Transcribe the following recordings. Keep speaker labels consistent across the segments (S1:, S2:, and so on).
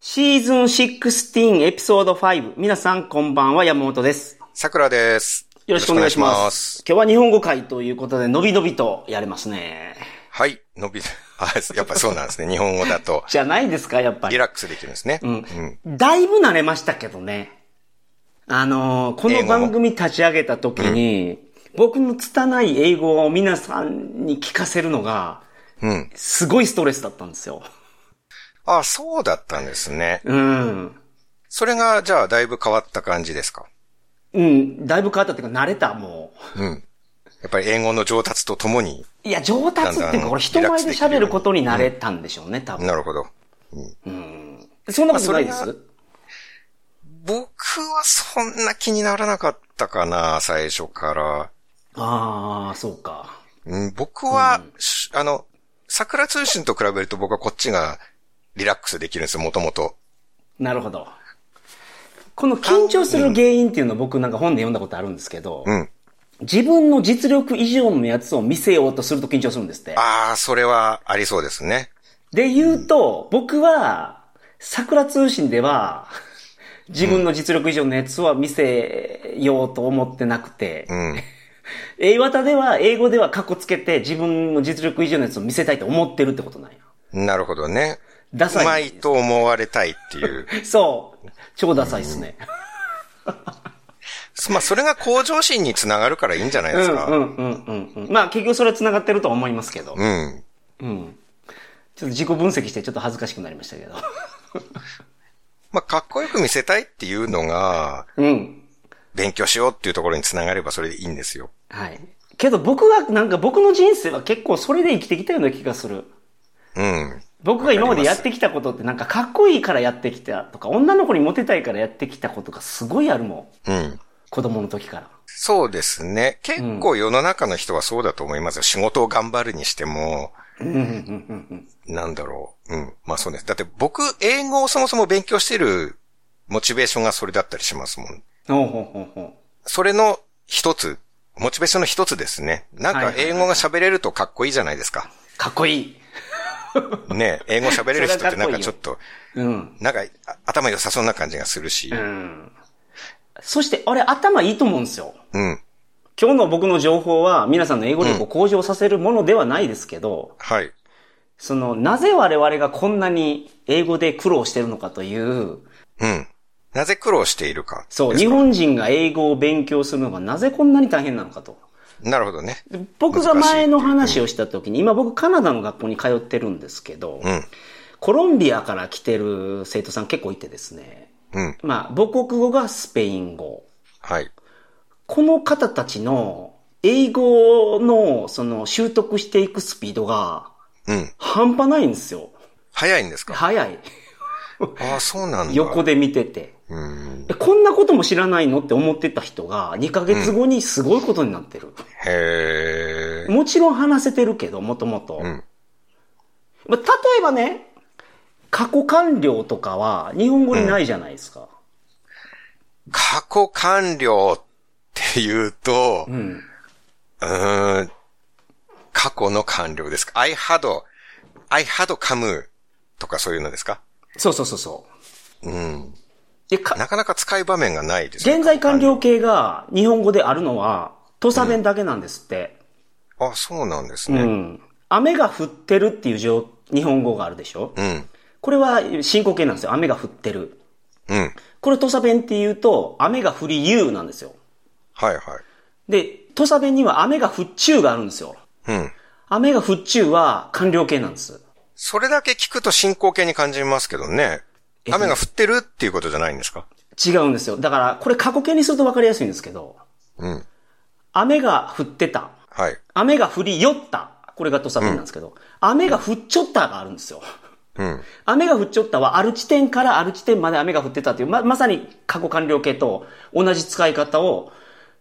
S1: シーズン16エピソード5。皆さんこんばんは、山本です。
S2: 桜です。
S1: よろしくお願いします。
S2: よろくお願いし
S1: 今日は日本語会ということで、のびのびとやれますね。
S2: はい。伸び、あ、 やっぱそうなんですね。日本語だと、
S1: じゃないですか、やっぱ
S2: リ
S1: り。
S2: ラックスできるんですね。うん
S1: だいぶ慣れましたけどね。あのーこ
S2: 英
S1: の
S2: 語も
S1: 番組立ち上げた時に、僕の拙い英語を皆さんに聞かせるのが、
S2: うん。
S1: すごいストレスだったんですよ。
S2: あ、そうだったんですね。
S1: うん。
S2: それが、じゃあ、だいぶ変わった感じですか
S1: うん、だいぶ変わったっていうか、慣れた、もう。
S2: うん。やっぱり英語の上達とともに、
S1: いや、上達っていうか、これ人前で喋ることに慣れたんでしょうね、多分。
S2: なるほど。
S1: そんなことないで
S2: まあそれ
S1: す
S2: 僕はそんな気にならなかったかな、最初から。
S1: ああ、そうか。
S2: うん、僕は、しあの、桜通信と比べると僕はこっちがリラックスできるんですよ、もともと。
S1: なるほど。この緊張する原因っていうのは僕なんか本で読んだことあるんですけど、
S2: うん。
S1: 自分の実力以上のやつを見せようとすると緊張するんですって。
S2: ああ、それはありそうですね。
S1: で言うと、僕は、桜通信では、自分の実力以上のやつは見せようと思ってなくて
S2: う、ん。
S1: 英和田では、英語ではカッコつけて自分の実力以上のやつを見せたいと思ってるってことなんや。
S2: なるほどね。
S1: ダサいう
S2: まいと思われたいっ ていう。
S1: そう。超ダサいっすね。
S2: まあ、それが向上心につながるからいいんじゃないで
S1: うん
S2: す
S1: う
S2: か。
S1: んうんうんうん。まあ結局それは繋がってるとは思いますけど。
S2: うん、
S1: うん。ちょっと自己分析してちょっと恥ずかしくなりましたけど。
S2: まあ、かっこよく見せたいっていうのが、
S1: うん。
S2: 勉強しようっていうところにつながればそれでいいんですよ。
S1: はい。けど僕は、なんか僕の人生は結構それで生きてきたような気がする。
S2: うん。
S1: 僕が今までやってきたことってなんかかっこいいからやってきたとか、女の子にモテたいからやってきたことがすごいあるもん。
S2: うん。
S1: 子供の時から。
S2: そうですね。結構世の中の人はそうだと思いますよ。仕事を頑張るにしても、
S1: うんうんうんうん
S2: なんだろう。うん。まあそうです。だって僕、英語をそもそも勉強してるモチベーションがそれだったりしますもん。
S1: うん。ほうほうほうほう。
S2: それの一つ、モチベーションの一つですね。なん
S1: はいは
S2: か
S1: いはい
S2: 英語が喋れるとかっこいいじゃないですか。
S1: かっこいい。
S2: ね英語喋れる人ってなんかちょっと、
S1: うん。
S2: なんかあ頭良さそうな感じがするし
S1: う。ん。そして、あれ頭いいと思うんですよ。
S2: うん。
S1: 今日の僕の情報は皆さんの英語力を向上させるものではないですけど、
S2: はい。
S1: その、なぜ我々がこんなに英語で苦労してるのかという、
S2: うん。なぜ苦労しているか。
S1: そう、日本人が英語を勉強するのがなぜこんなに大変なのかと。
S2: なるほどね。
S1: 僕が前の話をした時に、今僕カナダの学校に通ってるんですけど、
S2: うん。
S1: コロンビアから来てる生徒さん結構いてですね、
S2: うん。
S1: まあ、母国語がスペイン語。
S2: はい。
S1: この方たちの英語のその習得していくスピードが
S2: うん。
S1: 半端ないんですよ。
S2: 早いんですか
S1: 早い。
S2: ああ、そうなんだ。
S1: 横で見てて。
S2: うん。
S1: えこんなことも知らないのって思ってた人が2ヶ月後にすごいことになってる。
S2: へえ。
S1: もちろん話せてるけど、もともと。
S2: うん。
S1: まあ例えばね、過去完了とかは日本語にないじゃないですか。
S2: 過去完了っていうと、
S1: うん。
S2: うーん。過去の完了ですか ?I had, I had come とかそういうのですか
S1: そうそうそうそう。
S2: うん。
S1: でか
S2: なかなか使う場面がないですね
S1: 現在完了形が日本語であるのは、土佐弁だけなんですって。
S2: あ、そうなんです
S1: う
S2: ね。
S1: ん。雨が降ってるっていう状日本語があるでしょ
S2: うん。
S1: これは進行形なんですよ。雨が降ってる。
S2: うん。
S1: これ土佐弁って言うと、雨が降りゆうなんですよ。
S2: はいはい。
S1: で、土佐弁には雨が降っちゅうがあるんですよ。
S2: うん。
S1: 雨が降っちゅうは完了形なんです。
S2: それだけ聞くと進行形に感じますけどね。雨が降ってるっていうことじゃないんですか
S1: 違うんですよ。だから、これ過去形にすると分かりやすいんですけど、
S2: うん。
S1: 雨が降ってた。
S2: はい。
S1: 雨が降りよった。これが土佐弁なんですけど、雨が降っちょったがあるんですよ。
S2: うん。
S1: 雨が降っちょったは、ある地点からある地点まで雨が降ってたという、ま、まさに過去完了形と同じ使い方を、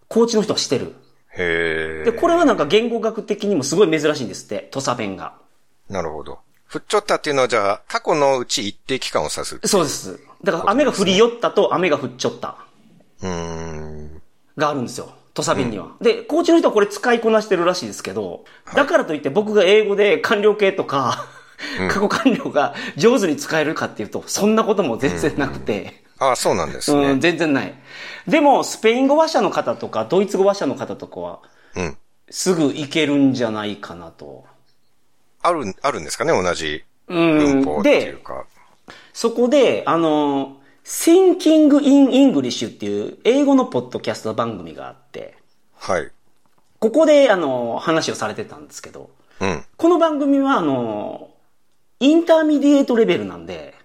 S1: 高知の人はしてる。
S2: へ
S1: で、
S2: え。
S1: これはなんか言語学的にもすごい珍しいんですって、土佐弁が。
S2: なるほど。降っちゃったっていうのはじゃあ、過去のうち一定期間を指す。
S1: そうです。だから、雨が降りよったと雨が降っちょった
S2: うーん。
S1: があるんですよ。土佐弁には。で、高知の人はこれ使いこなしてるらしいですけど、だからといって僕が英語で完了形とか、過去完了が上手に使えるかっていうと、そんなことも全然なくて、
S2: ああ、そうなんですね。
S1: うん、全然ない。でも、スペイン語話者の方とか、ドイツ語話者の方とかは、
S2: うん。
S1: すぐ行けるんじゃないかなと。
S2: ある、あるんですかね、同じ文
S1: う
S2: 法
S1: ん。
S2: ってい
S1: で、
S2: うか。
S1: そこで、あの、Thinking in English っていう英語のポッドキャスト番組があって、
S2: はい。
S1: ここで、あの、話をされてたんですけど、
S2: うん。
S1: この番組は、あの、インターミディエートレベルなんで、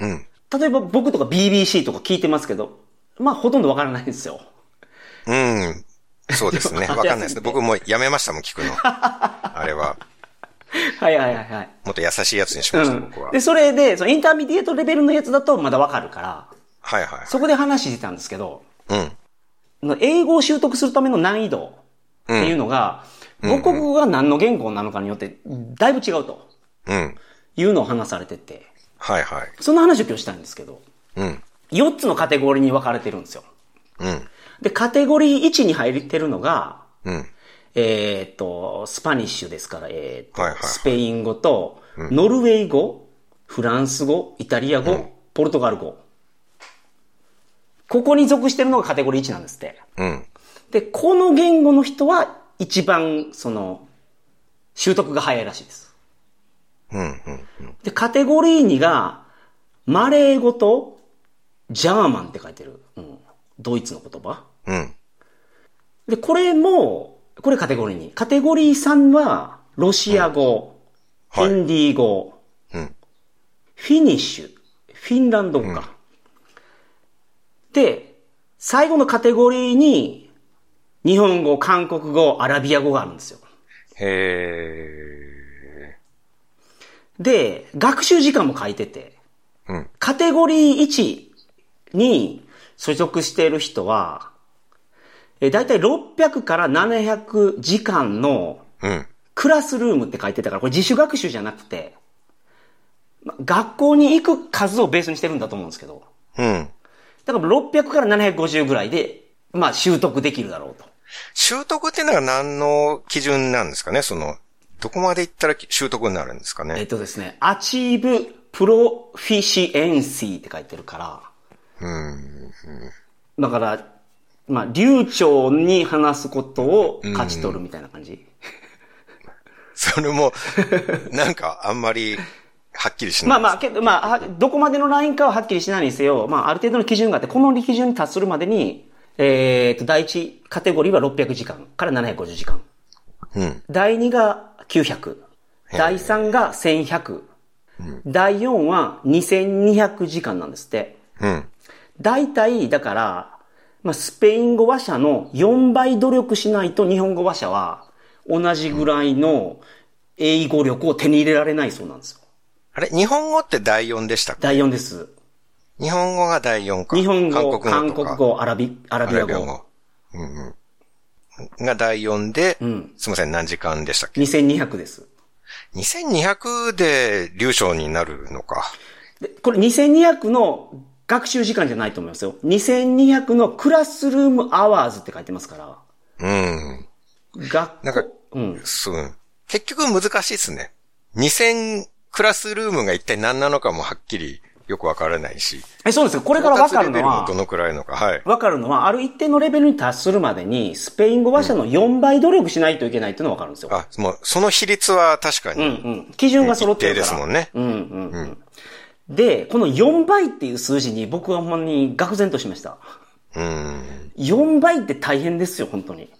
S2: うん。
S1: 例えば僕とか BBC とか聞いてますけど、まあ、ほとんどわからないんですよ。
S2: うん。そうですね。
S1: でも
S2: わかんないですね。僕もうやめましたもん、聞 くの。あれは。
S1: はいはいはいはい。
S2: もっと優しいやつにしました、僕
S1: う
S2: は
S1: ん。で、。それで、そのインターミディエートレベルのやつだとまだわかるから、
S2: はいはい。
S1: そこで話してたんですけど、
S2: うん。
S1: あの英語を習得するための難易度っていうのが、母国語が何の言語なのかによって、だいぶ違うと
S2: うん。
S1: いうのを話されてて、
S2: はいはい。
S1: その話を今日したいんですけど、
S2: うん。
S1: 4つのカテゴリーに分かれてるんですよ。
S2: うん。
S1: で、カテゴリー1に入ってるのが、
S2: うん。
S1: えーっと、スパニッシュですから、えーっと、
S2: はいはいはい
S1: スペイン語と、ノルウェー語、フランス語、イタリア語、ポルトガル語。ここに属してるのがカテゴリー1なんですって。
S2: うん。
S1: で、この言語の人は一番、その、習得が早いらしいです。
S2: うん。うん。
S1: で、カテゴリー2が、マレー語と、ジャーマンって書いてる。うん。ドイツの言葉。
S2: うん。
S1: で、これも、これカテゴリー2。カテゴリー3は、ロシア語、
S2: うんはい
S1: ヒンディー語、
S2: うん
S1: フィニッシュ、フィンランド語か。で、最後のカテゴリーに、日本語、韓国語、アラビア語があるんですよ。
S2: へ
S1: で、学習時間も書いてて、
S2: ー。うん。
S1: カテゴリー1に所属している人は、えだいたい600から700時間の
S2: うん。
S1: クラスルームって書いてたから、これ自主学習じゃなくて、ま学校に行く数をベースにしてるんだと思うんですけど、
S2: うん。
S1: だから600から750ぐらいで、まあ習得できるだろうと。
S2: 習得っていうのは何の基準なんですかねその、どこまで行ったら習得になるんですか
S1: えっ
S2: ね
S1: とですね、アチーブプロフィシエンシーって書いてるから、
S2: うん。
S1: だから、まあ、流暢に話すことを勝ち取るみたいな感じ。
S2: そ れも、なんかあんまり、はっきりしない。
S1: まあまあ、けど、まあ、はどこまでのラインかははっきりしないにせよ、まあ、ある程度の基準があって、この基準に達するまでに、えっ、と、第一カテゴリーは600時間から750時間。
S2: うん。
S1: 第2が900。第3が1100。第4は2200時間なんですって。
S2: うん。
S1: 大体、だから、まあ、スペイン語話者の4倍努力しないと日本語話者は同じぐらいの英語力を手に入れられないそうなんですよ。
S2: あれ日本語って第4でしたっけ
S1: 第4です。
S2: 日本語が第4か。
S1: 日本語、
S2: 韓
S1: 韓
S2: 国語と
S1: 国
S2: か。
S1: 語、アラビ、アラ
S2: ア
S1: ビア
S2: ラビア
S1: 語。
S2: 語。うんうん。が第4で、
S1: ん
S2: すみません、何時間でしたっけ
S1: 2200です。
S2: ?2200 で流暢になるのか。
S1: で、これ2200の学習時間じゃないと思いますよ。2200のクラスルームアワーズって書いてますから。
S2: うん。
S1: 学校
S2: なんか
S1: うん。
S2: そう。結局難しいっすね。2000クラスルームが一体何なのかもはっきりよくわからないし。
S1: え、そうですよ。これ
S2: だ
S1: から分かるの
S2: ど
S1: は、
S2: のくらいのか。はい。
S1: 分かるのは、ある一定のレベルに達するまでに、スペイン語話者の4倍努力しないといけないっていうのは分かるんですよ。
S2: あ、もう、その比率は確か
S1: うん
S2: に。
S1: うん。基準が揃ってるから。
S2: 一定ですもんね
S1: うんうんうん。で、この4倍っていう数字に僕はほんまに愕然としました。
S2: うん。
S1: 4倍って大変ですよ、本当に。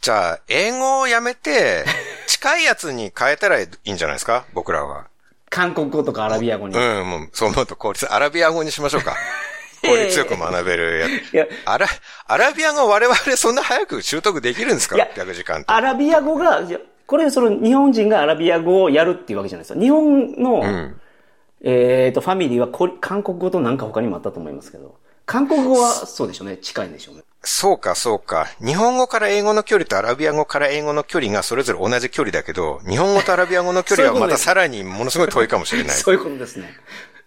S2: じゃあ、英語をや めて、近いやつに変えたらいいんじゃないですか僕らは。
S1: 韓国語とかアラビア語に。
S2: うん、もう、そう思うと効率、アラビア語にしましょ うか。効率よく学べるやつ。
S1: いや
S2: アラ、アラビア語我々そんな早く習得できるんですか
S1: いや
S2: ?600 時間って。
S1: アラビア語が、いやこれその日本人がアラビア語をやるっていうわけじゃないですよ。日本の、
S2: ん
S1: えっと、ファミリーはこ韓国語となんか他にもあったと思いますけど、韓国語はそうでしょうね。近いんでしょうね。
S2: そうか、そうか。日本語から英語の距離とアラビア語から英語の距離がそれぞれ同じ距離だけど、日本語とアラビア語の距離は
S1: そういうこと
S2: ま
S1: で
S2: た
S1: す
S2: さらにものすごい遠いかもしれない。
S1: そういうことですね。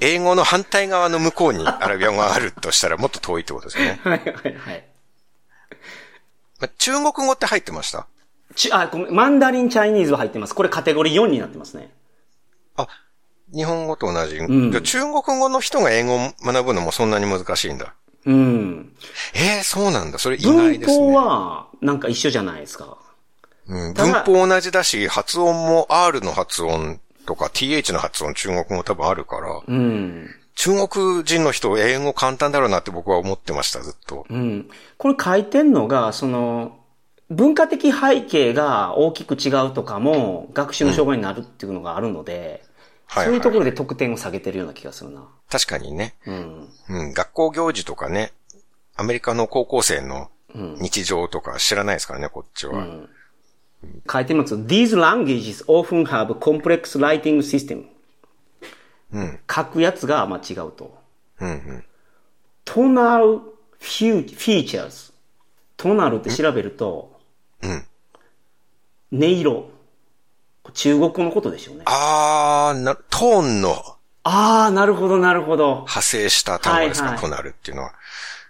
S2: 英語の反対側の向こうにアラビア語があるとしたらもっと遠いってことですよね。
S1: はいはいはい。
S2: ま中国語って入ってました
S1: ち、あ、ごめん、マンダリンチャイニーズは入ってます。これカテゴリー4になってますね。
S2: あ、日本語と同じ。
S1: ん
S2: じゃあ中国語の人が英語を学ぶのもそんなに難しいんだ。
S1: うん。
S2: ええそうなんだ。それ意外
S1: 文
S2: ですね。
S1: 法は、なんか一緒じゃないですか。
S2: うん、
S1: た
S2: 文
S1: だ
S2: 法同じだし、発音も R の発音とか TH の発音、中国語多分あるから、
S1: うん。
S2: 中国人の人、英語簡単だろうなって僕は思ってました、ずっと。
S1: うん。これ書いてんのが、その、文化的背景が大きく違うとかも、学習の障害になるっていうのがあるので、
S2: はいはい
S1: そういうところで得点を下げてるような気がするな。
S2: 確かにね。
S1: うん。
S2: うん、学校行事とかね、アメリカの高校生の日常とか知らないですからね、こっちは。
S1: 書いてます。These languages often have complex writing system.
S2: うん、
S1: 書くやつがまあ違うと。
S2: うん、うん。
S1: tonal fu- features。トナルって調べると、
S2: うん。
S1: 音色。中国語のことでしょうね。
S2: あー、な、トーンの
S1: ああ、なるほど、なるほど。
S2: 派生した単語ですか、
S1: はいはい
S2: トナルっていうのは。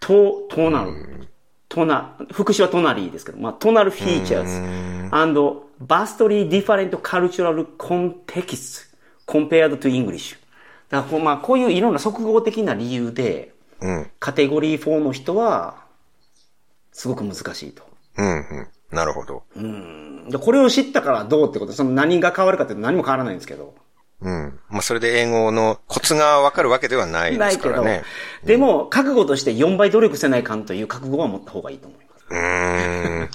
S1: と、となる。とな、副詞はとなりですけど、まあ、となるフィーチャーズ。and vastly different cultural context compared to English。だからこう、まあ、こういういろんな即合的な理由で、
S2: うん、
S1: カテゴリー4の人は、すごく難しいと。
S2: うん、うん。なるほど。
S1: でこれを知ったからどうってことその何が変わるかっていうと何も変わらないんですけど。
S2: うん。まあ、それで英語のコツがわかるわけではないで
S1: ない
S2: す
S1: け
S2: か
S1: ど
S2: らね。。
S1: でも、覚悟として4倍努力せないかんという覚悟は持った方がいいと思います。
S2: うーん。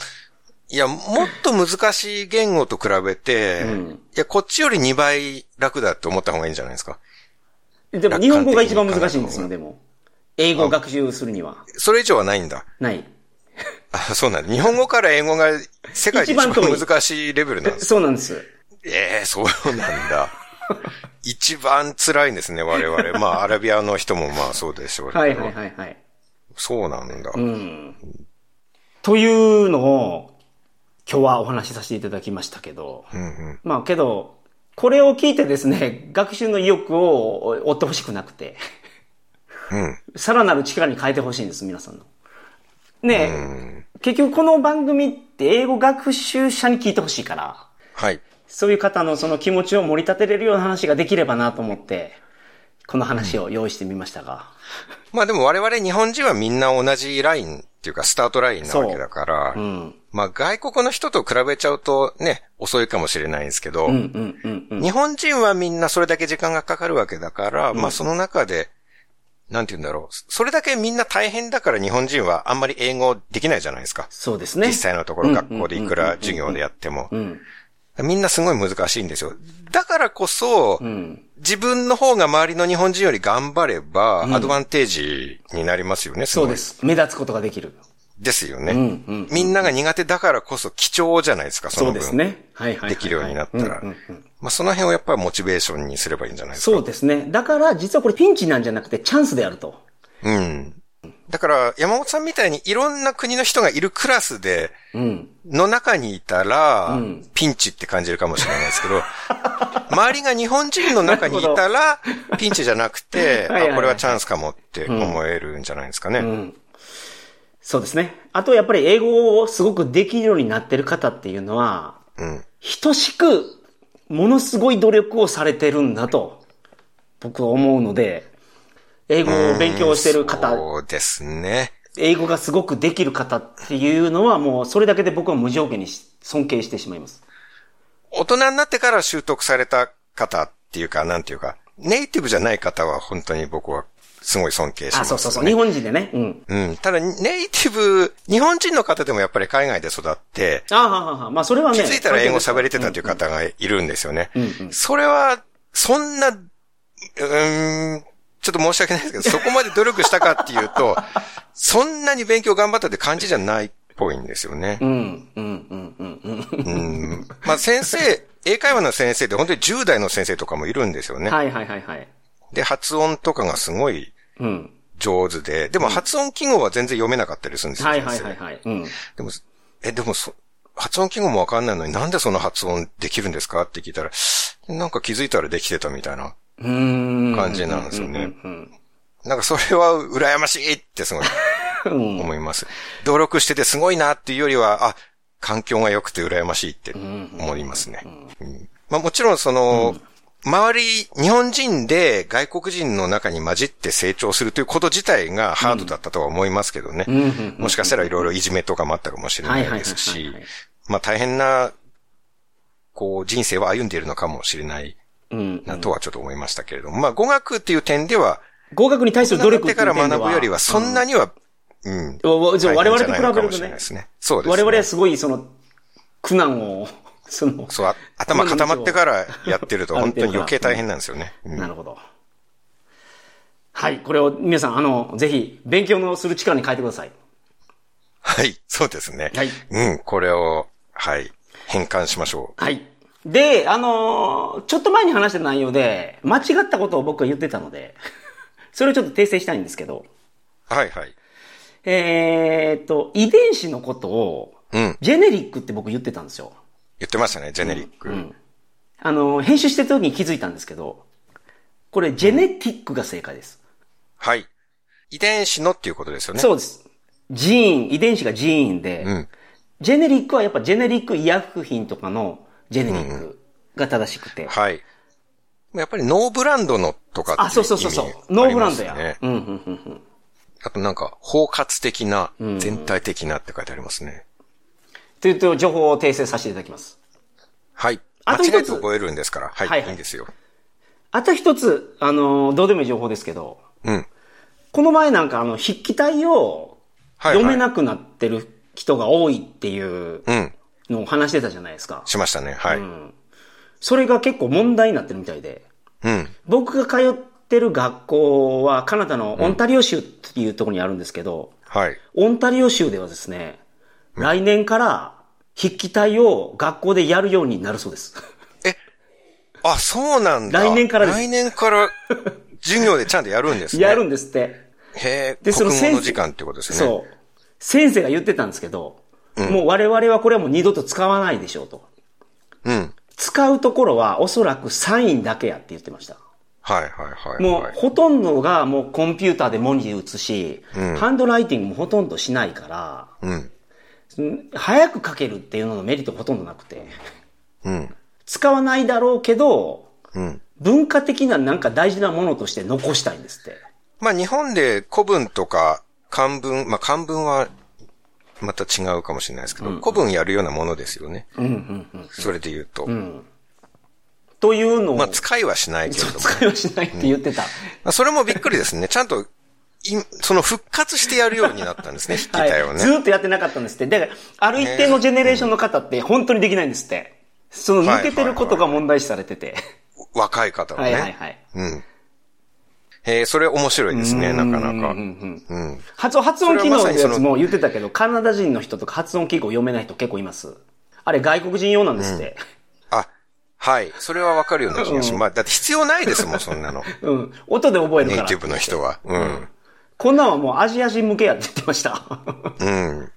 S2: いや、もっと難しい言語と比べて、いや、こっちより2倍楽だと思った方がいいんじゃないですか。
S1: でも、日本語が一番難しいんですよ、でも。英語を学習するには。
S2: それ以上はないんだ。
S1: ない。
S2: あ、そうなんだ。日本語から英語が世界で一番
S1: 一番遠い
S2: 難しいレベルなんです。
S1: そうなんです。
S2: ええそうなん だ。一番辛いんですね、我々。まあ、アラビアの人もまあそうでしょうけど。
S1: はいはいはいはい。
S2: そうなんだ。
S1: うん。というのを、今日はお話しさせていただきましたけど。
S2: うんうん。
S1: まあけど、これを聞いてですね、学習の意欲を追ってほしくなくて、
S2: うん。
S1: さらなる力に変えてほしいんです、皆さんの。ねえ、結局この番組って英語学習者に聞いてほしいから、
S2: はい。
S1: そういう方のその気持ちを盛り立てれるような話ができればなと思って、この話を用意してみましたが。
S2: まあでも我々日本人はみんな同じラインっていうかスタートラインなわけだから、
S1: うん。
S2: まあ外国の人と比べちゃうとね、遅いかもしれないんですけど、
S1: うんうんうんうん。
S2: 日本人はみんなそれだけ時間がかかるわけだから、まあその中で、なんて言うんだろう、それだけみんな大変だから日本人はあんまり英語できないじゃないですか。
S1: そうですね。
S2: 実際のところ学校でいくら授業でやっても。
S1: うん。
S2: みんなすごい難しいんですよ。だからこそ、
S1: うん。
S2: 自分の方が周りの日本人より頑張れば、アドバンテージになりますよね、す
S1: そ
S2: ご
S1: う
S2: い
S1: です。目立つことができる。
S2: ですよね、
S1: んうん
S2: みんなが苦手だからこそ貴重じゃないですか、そ
S1: そ
S2: の
S1: うで
S2: 分。
S1: すね。はいはいはいはい。
S2: できるようになったら。
S1: うんうんうん
S2: まあ、その辺をやっぱりモチベーションにすればいいんじゃないですか。
S1: そうですね。だから、実はこれピンチなんじゃなくてチャンスであると。
S2: うん。だから、山本さんみたいにいろんな国の人がいるクラスで、
S1: うん。
S2: の中にいたら、ピンチって感じるかもしれないですけど、 周りが日本人の中にい たら、ピンチじゃなくて、
S1: はいはいはい
S2: あ、これはチャンスかもって思えるんじゃないですかね。
S1: そうですね。あと、やっぱり英語をすごくできるようになってる方っていうのは、
S2: うん
S1: 等しく、ものすごい努力をされてるんだと、僕は思うので、英語を勉強してる方、
S2: そうですね。
S1: 英語がすごくできる方っていうのは、もうそれだけで僕は無条件にし尊敬してしまいます。
S2: 大人になってから習得された方っていうか、なんていうか、ネイティブじゃない方は本当に僕はすごい尊敬しま
S1: あ、
S2: す、ね。
S1: そうそうそう。日本人でね。うん。
S2: うん。ただ、ネイティブ、日本人の方でもやっぱり海外で育って、
S1: あははは。まあ、それはね。
S2: 気づいたら英語喋れてたという方がいるんですよね。
S1: ん
S2: それは、そんな、うーん、ちょっと申し訳ないですけど、そこまで努力したかってい うと、そんなに勉強頑張ったって感じじゃないっぽいんですよね。
S1: うん、うん、うん、うん、うん。
S2: うんまあ先生、英会話の先生って本当に10代の先生とかもいるんですよね。
S1: はいはいはいはい。
S2: で、発音とかがすごい
S1: うん。
S2: 上手で、でも発音記号は全然読めなかったりするんですよ。
S1: はいはい
S2: 先
S1: は
S2: 生
S1: いはい。うん。
S2: でも、え、でもそ、発音記号もわかんないのになんでその発音できるんですかって聞いたら、なんか気づいたらできてたみたいな
S1: うーん。
S2: 感じなんですよね。
S1: うん。
S2: なんかそれは羨ましいってすごい
S1: うん。
S2: 思います。努力しててすごいなっていうよりは、あ、環境が良くて羨ましいって思いますね。うんまあもちろんその、周り、日本人で外国人の中に混じって成長するということ自体がハードだったとは思いますけどね。もしかしたらいろいろいじめとかもあったかもしれないです
S1: はいはい
S2: し
S1: はいはいはい、
S2: まあ大変な、こう人生は歩んでいるのかもしれない
S1: うん。
S2: なとはちょっと思いましたけれども、まあ語学っていう点では、
S1: 合格に対する努力
S2: 学んでから学ぶよりはそんなには、うん。
S1: おおじゃあ我々と比べるとね
S2: 大変じゃないのかもしれないですね。そうです
S1: 我
S2: ね。
S1: 々はすごい、その、苦難を、 その、
S2: そう、あ頭固まってからやってると
S1: ある
S2: 本
S1: 程
S2: 当
S1: 度
S2: に余計大変なんです よね。うん
S1: なるほど。はい、これを皆さん、あの、ぜひ、勉強のする力に変えてください。
S2: はい、そうですね。
S1: はい
S2: うん、これを、はい、変換しましょう。
S1: はい。で、あのーちょっと前に話した内容で、間違ったことを僕は言ってたので、 それをちょっと訂正したいんですけど、
S2: はい、はい。
S1: えーっと、遺伝子のことを、
S2: うん、
S1: ジェネリックって僕言ってたんですよ。
S2: 言ってましたね、ジェネリック。
S1: あの、編集してた時に気づいたんですけど、これ、ジェネティックが正解です。
S2: はい。遺伝子のっていうことですよね。
S1: そうです。ジーン、遺伝子がジーンで、
S2: うん。
S1: ジェネリックはやっぱジェネリック医薬品とかのジェネリックが正しくて。
S2: はい。やっぱりノーブランドのとかっていう意味
S1: あ、そうそうそうそう、
S2: ありますね
S1: ノーブランドや。うんうんうん
S2: あとなんか、包括的な、全体的なって書いてありますね。
S1: というと、情報を訂正させていただきます。
S2: はい。
S1: あ
S2: 間
S1: と
S2: 違
S1: 一つ
S2: えて覚えるんですから。はい。、
S1: はいい
S2: い
S1: はい
S2: んですよ。
S1: あと一つ、あの、どうでもいい情報ですけど、
S2: うん。
S1: この前なんかあの、筆記体を
S2: はい、
S1: 読め
S2: い。
S1: なくなってる人が多いっていう
S2: うん。
S1: のを話してたじゃないですか。
S2: しましたね。はい。う。
S1: うんん。それが結構問題になってるみたいで、僕が通ってる学校はカナダのオンタリオ州っていうところにあるんですけど、
S2: はい。
S1: オンタリオ州ではですね、来年から筆記体を学校でやるようになるそうです。
S2: あ、そうなんだ。
S1: 来年からです
S2: 来年 から、授業でちゃんとやるんですね。
S1: やるんですって。
S2: へえ、
S1: でそ
S2: 国
S1: の
S2: 語の
S1: 先生
S2: 時間ってことですね。
S1: そう。先生が言ってたんですけど、もう我々はこれはもう二度と使わないでしょうと。
S2: う。うん。
S1: 使うところはおそらくサインだけやって言ってました。
S2: はいはいはい、はい。
S1: もうほとんどがもうコンピューターで文字打つし、
S2: うん
S1: ハンドライティングもほとんどしないから、
S2: う。うん。
S1: うん早く書けるっていうののメリットほとんどなくて、
S2: うん。
S1: 使わないだろうけど、
S2: うん。
S1: 文化的ななんか大事なものとして残したいんですって。
S2: まあ日本で古文とか漢文、まあ漢文はまた違うかもしれないですけど、古文やるようなものですよね。
S1: うんうんうん。
S2: それで言うと。
S1: というのを、
S2: まあ使いはしないけれども。
S1: 使いはしないって言ってた。
S2: まあそれもびっくりですね。ちゃんと、いその復活してやるようになったんですね、筆記体 を
S1: はい、
S2: ね。
S1: ずーっとやってなかったんですって。だから、ある一定のジェネレーションの方って本当にできないんですって。その抜けてることが問題視されてて。
S2: 若い方は
S1: は
S2: ね。
S1: いはいはい。
S2: うん。えー、それ面白いですね、なかなか。
S1: うんうん
S2: うん。
S1: 発音、発音機能の
S2: それ
S1: や
S2: はまさに
S1: つ
S2: そ
S1: も言ってたけど、カナダ人の人とか発音記号読めない人結構います。あれ外国人用なんですって。
S2: あ、はい。それはわかるような気がします。まあ、だって必要ないです もん、そんなの。
S1: うん、音で覚える
S2: ネイ
S1: から
S2: テ。ィブの人は。うん。
S1: こんなんはもうアジア人向けやって言ってました。
S2: うん。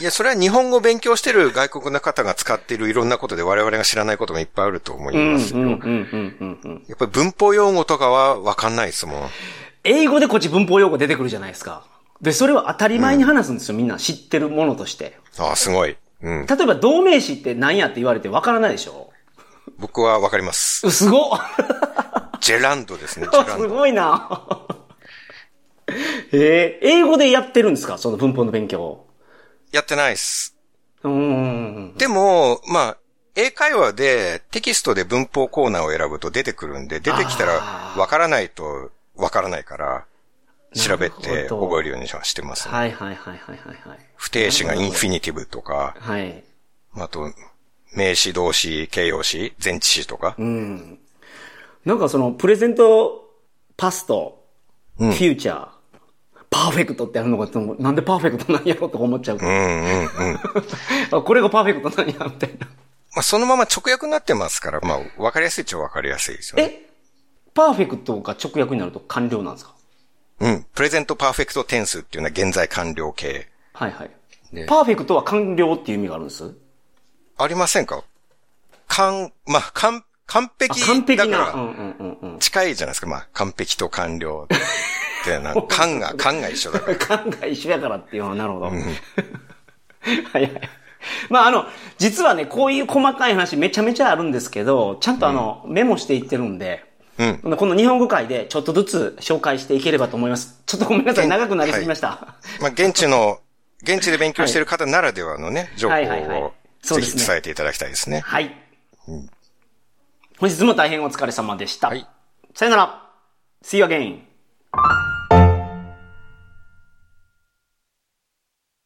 S2: いや、それは日本語を勉強してる外国の方が使っているいろんなことで我々が知らないこともいっぱいあると思います。
S1: うんうんうんうんうん。
S2: やっぱり文法用語とかはわかんないですもん。
S1: 英語でこっち文法用語出てくるじゃないですか。で、それは当たり前に話すんですよ、みんな知ってるものとして。
S2: ああ、すごい。うん。
S1: 例えば同名詞って何やって言われてわからないでしょ
S2: 僕はわかります。
S1: うすごっ
S2: ジェランドですね、ジェラン
S1: す
S2: ド。
S1: ごいなえー、英語でやってるんですかその文法の勉強を。
S2: やってないっす。
S1: うーん。
S2: でも、まあ、英会話でテキストで文法コーナーを選ぶと出てくるんで、出てきたらわからないとわからないから、調べて覚えるようにはしてますね、
S1: はいはいはいはいはいはい。
S2: 不定詞がインフィニティブとか、
S1: はい。
S2: あと、名詞、動詞、形容詞、前置詞とか。
S1: うん。なんかその、プレゼント、パスト、フューチャー、パーフェクトってあるのが、でもなんでパーフェクトなんやろうと思っちゃう
S2: うんうんうん。
S1: あこれがパーフェクトなんや、みたいな。
S2: まあ、そのまま直訳になってますから、まあ、わかりやすいっちゃわかりやすいですよね。
S1: えパーフェクトが直訳になると完了なんですか
S2: うん。プレゼントパーフェクト点数っていうのは現在完了形。
S1: はいはい
S2: ね。
S1: パーフェクトは完了っていう意味があるんです
S2: ありませんか完、まあ、完、完
S1: あ、
S2: 璧
S1: 完
S2: だ
S1: 璧な。
S2: か
S1: うん
S2: ら、
S1: うんうんうん。
S2: 近いじゃないですか。まあ、完璧と完了って な、完が、完が一緒だから。
S1: 感が一緒やからっていうのは、なるほど。はいはい。まああの、実はね、こういう細かい話めちゃめちゃあるんですけど、ちゃんとあの、メモしていってるんで、
S2: うん
S1: この日本語会でちょっとずつ紹介していければと思います。ちょっとごめんなさい、長くなりすぎました。
S2: まあ、現地の、現地で勉強している方ならではのね、情報
S1: はいはいはい
S2: を
S1: そう
S2: ぜ
S1: です
S2: ひ
S1: ね
S2: 伝えていただきたいですね。
S1: はい。本日も大変お疲れ様でした。
S2: はい
S1: さよなら。See you again.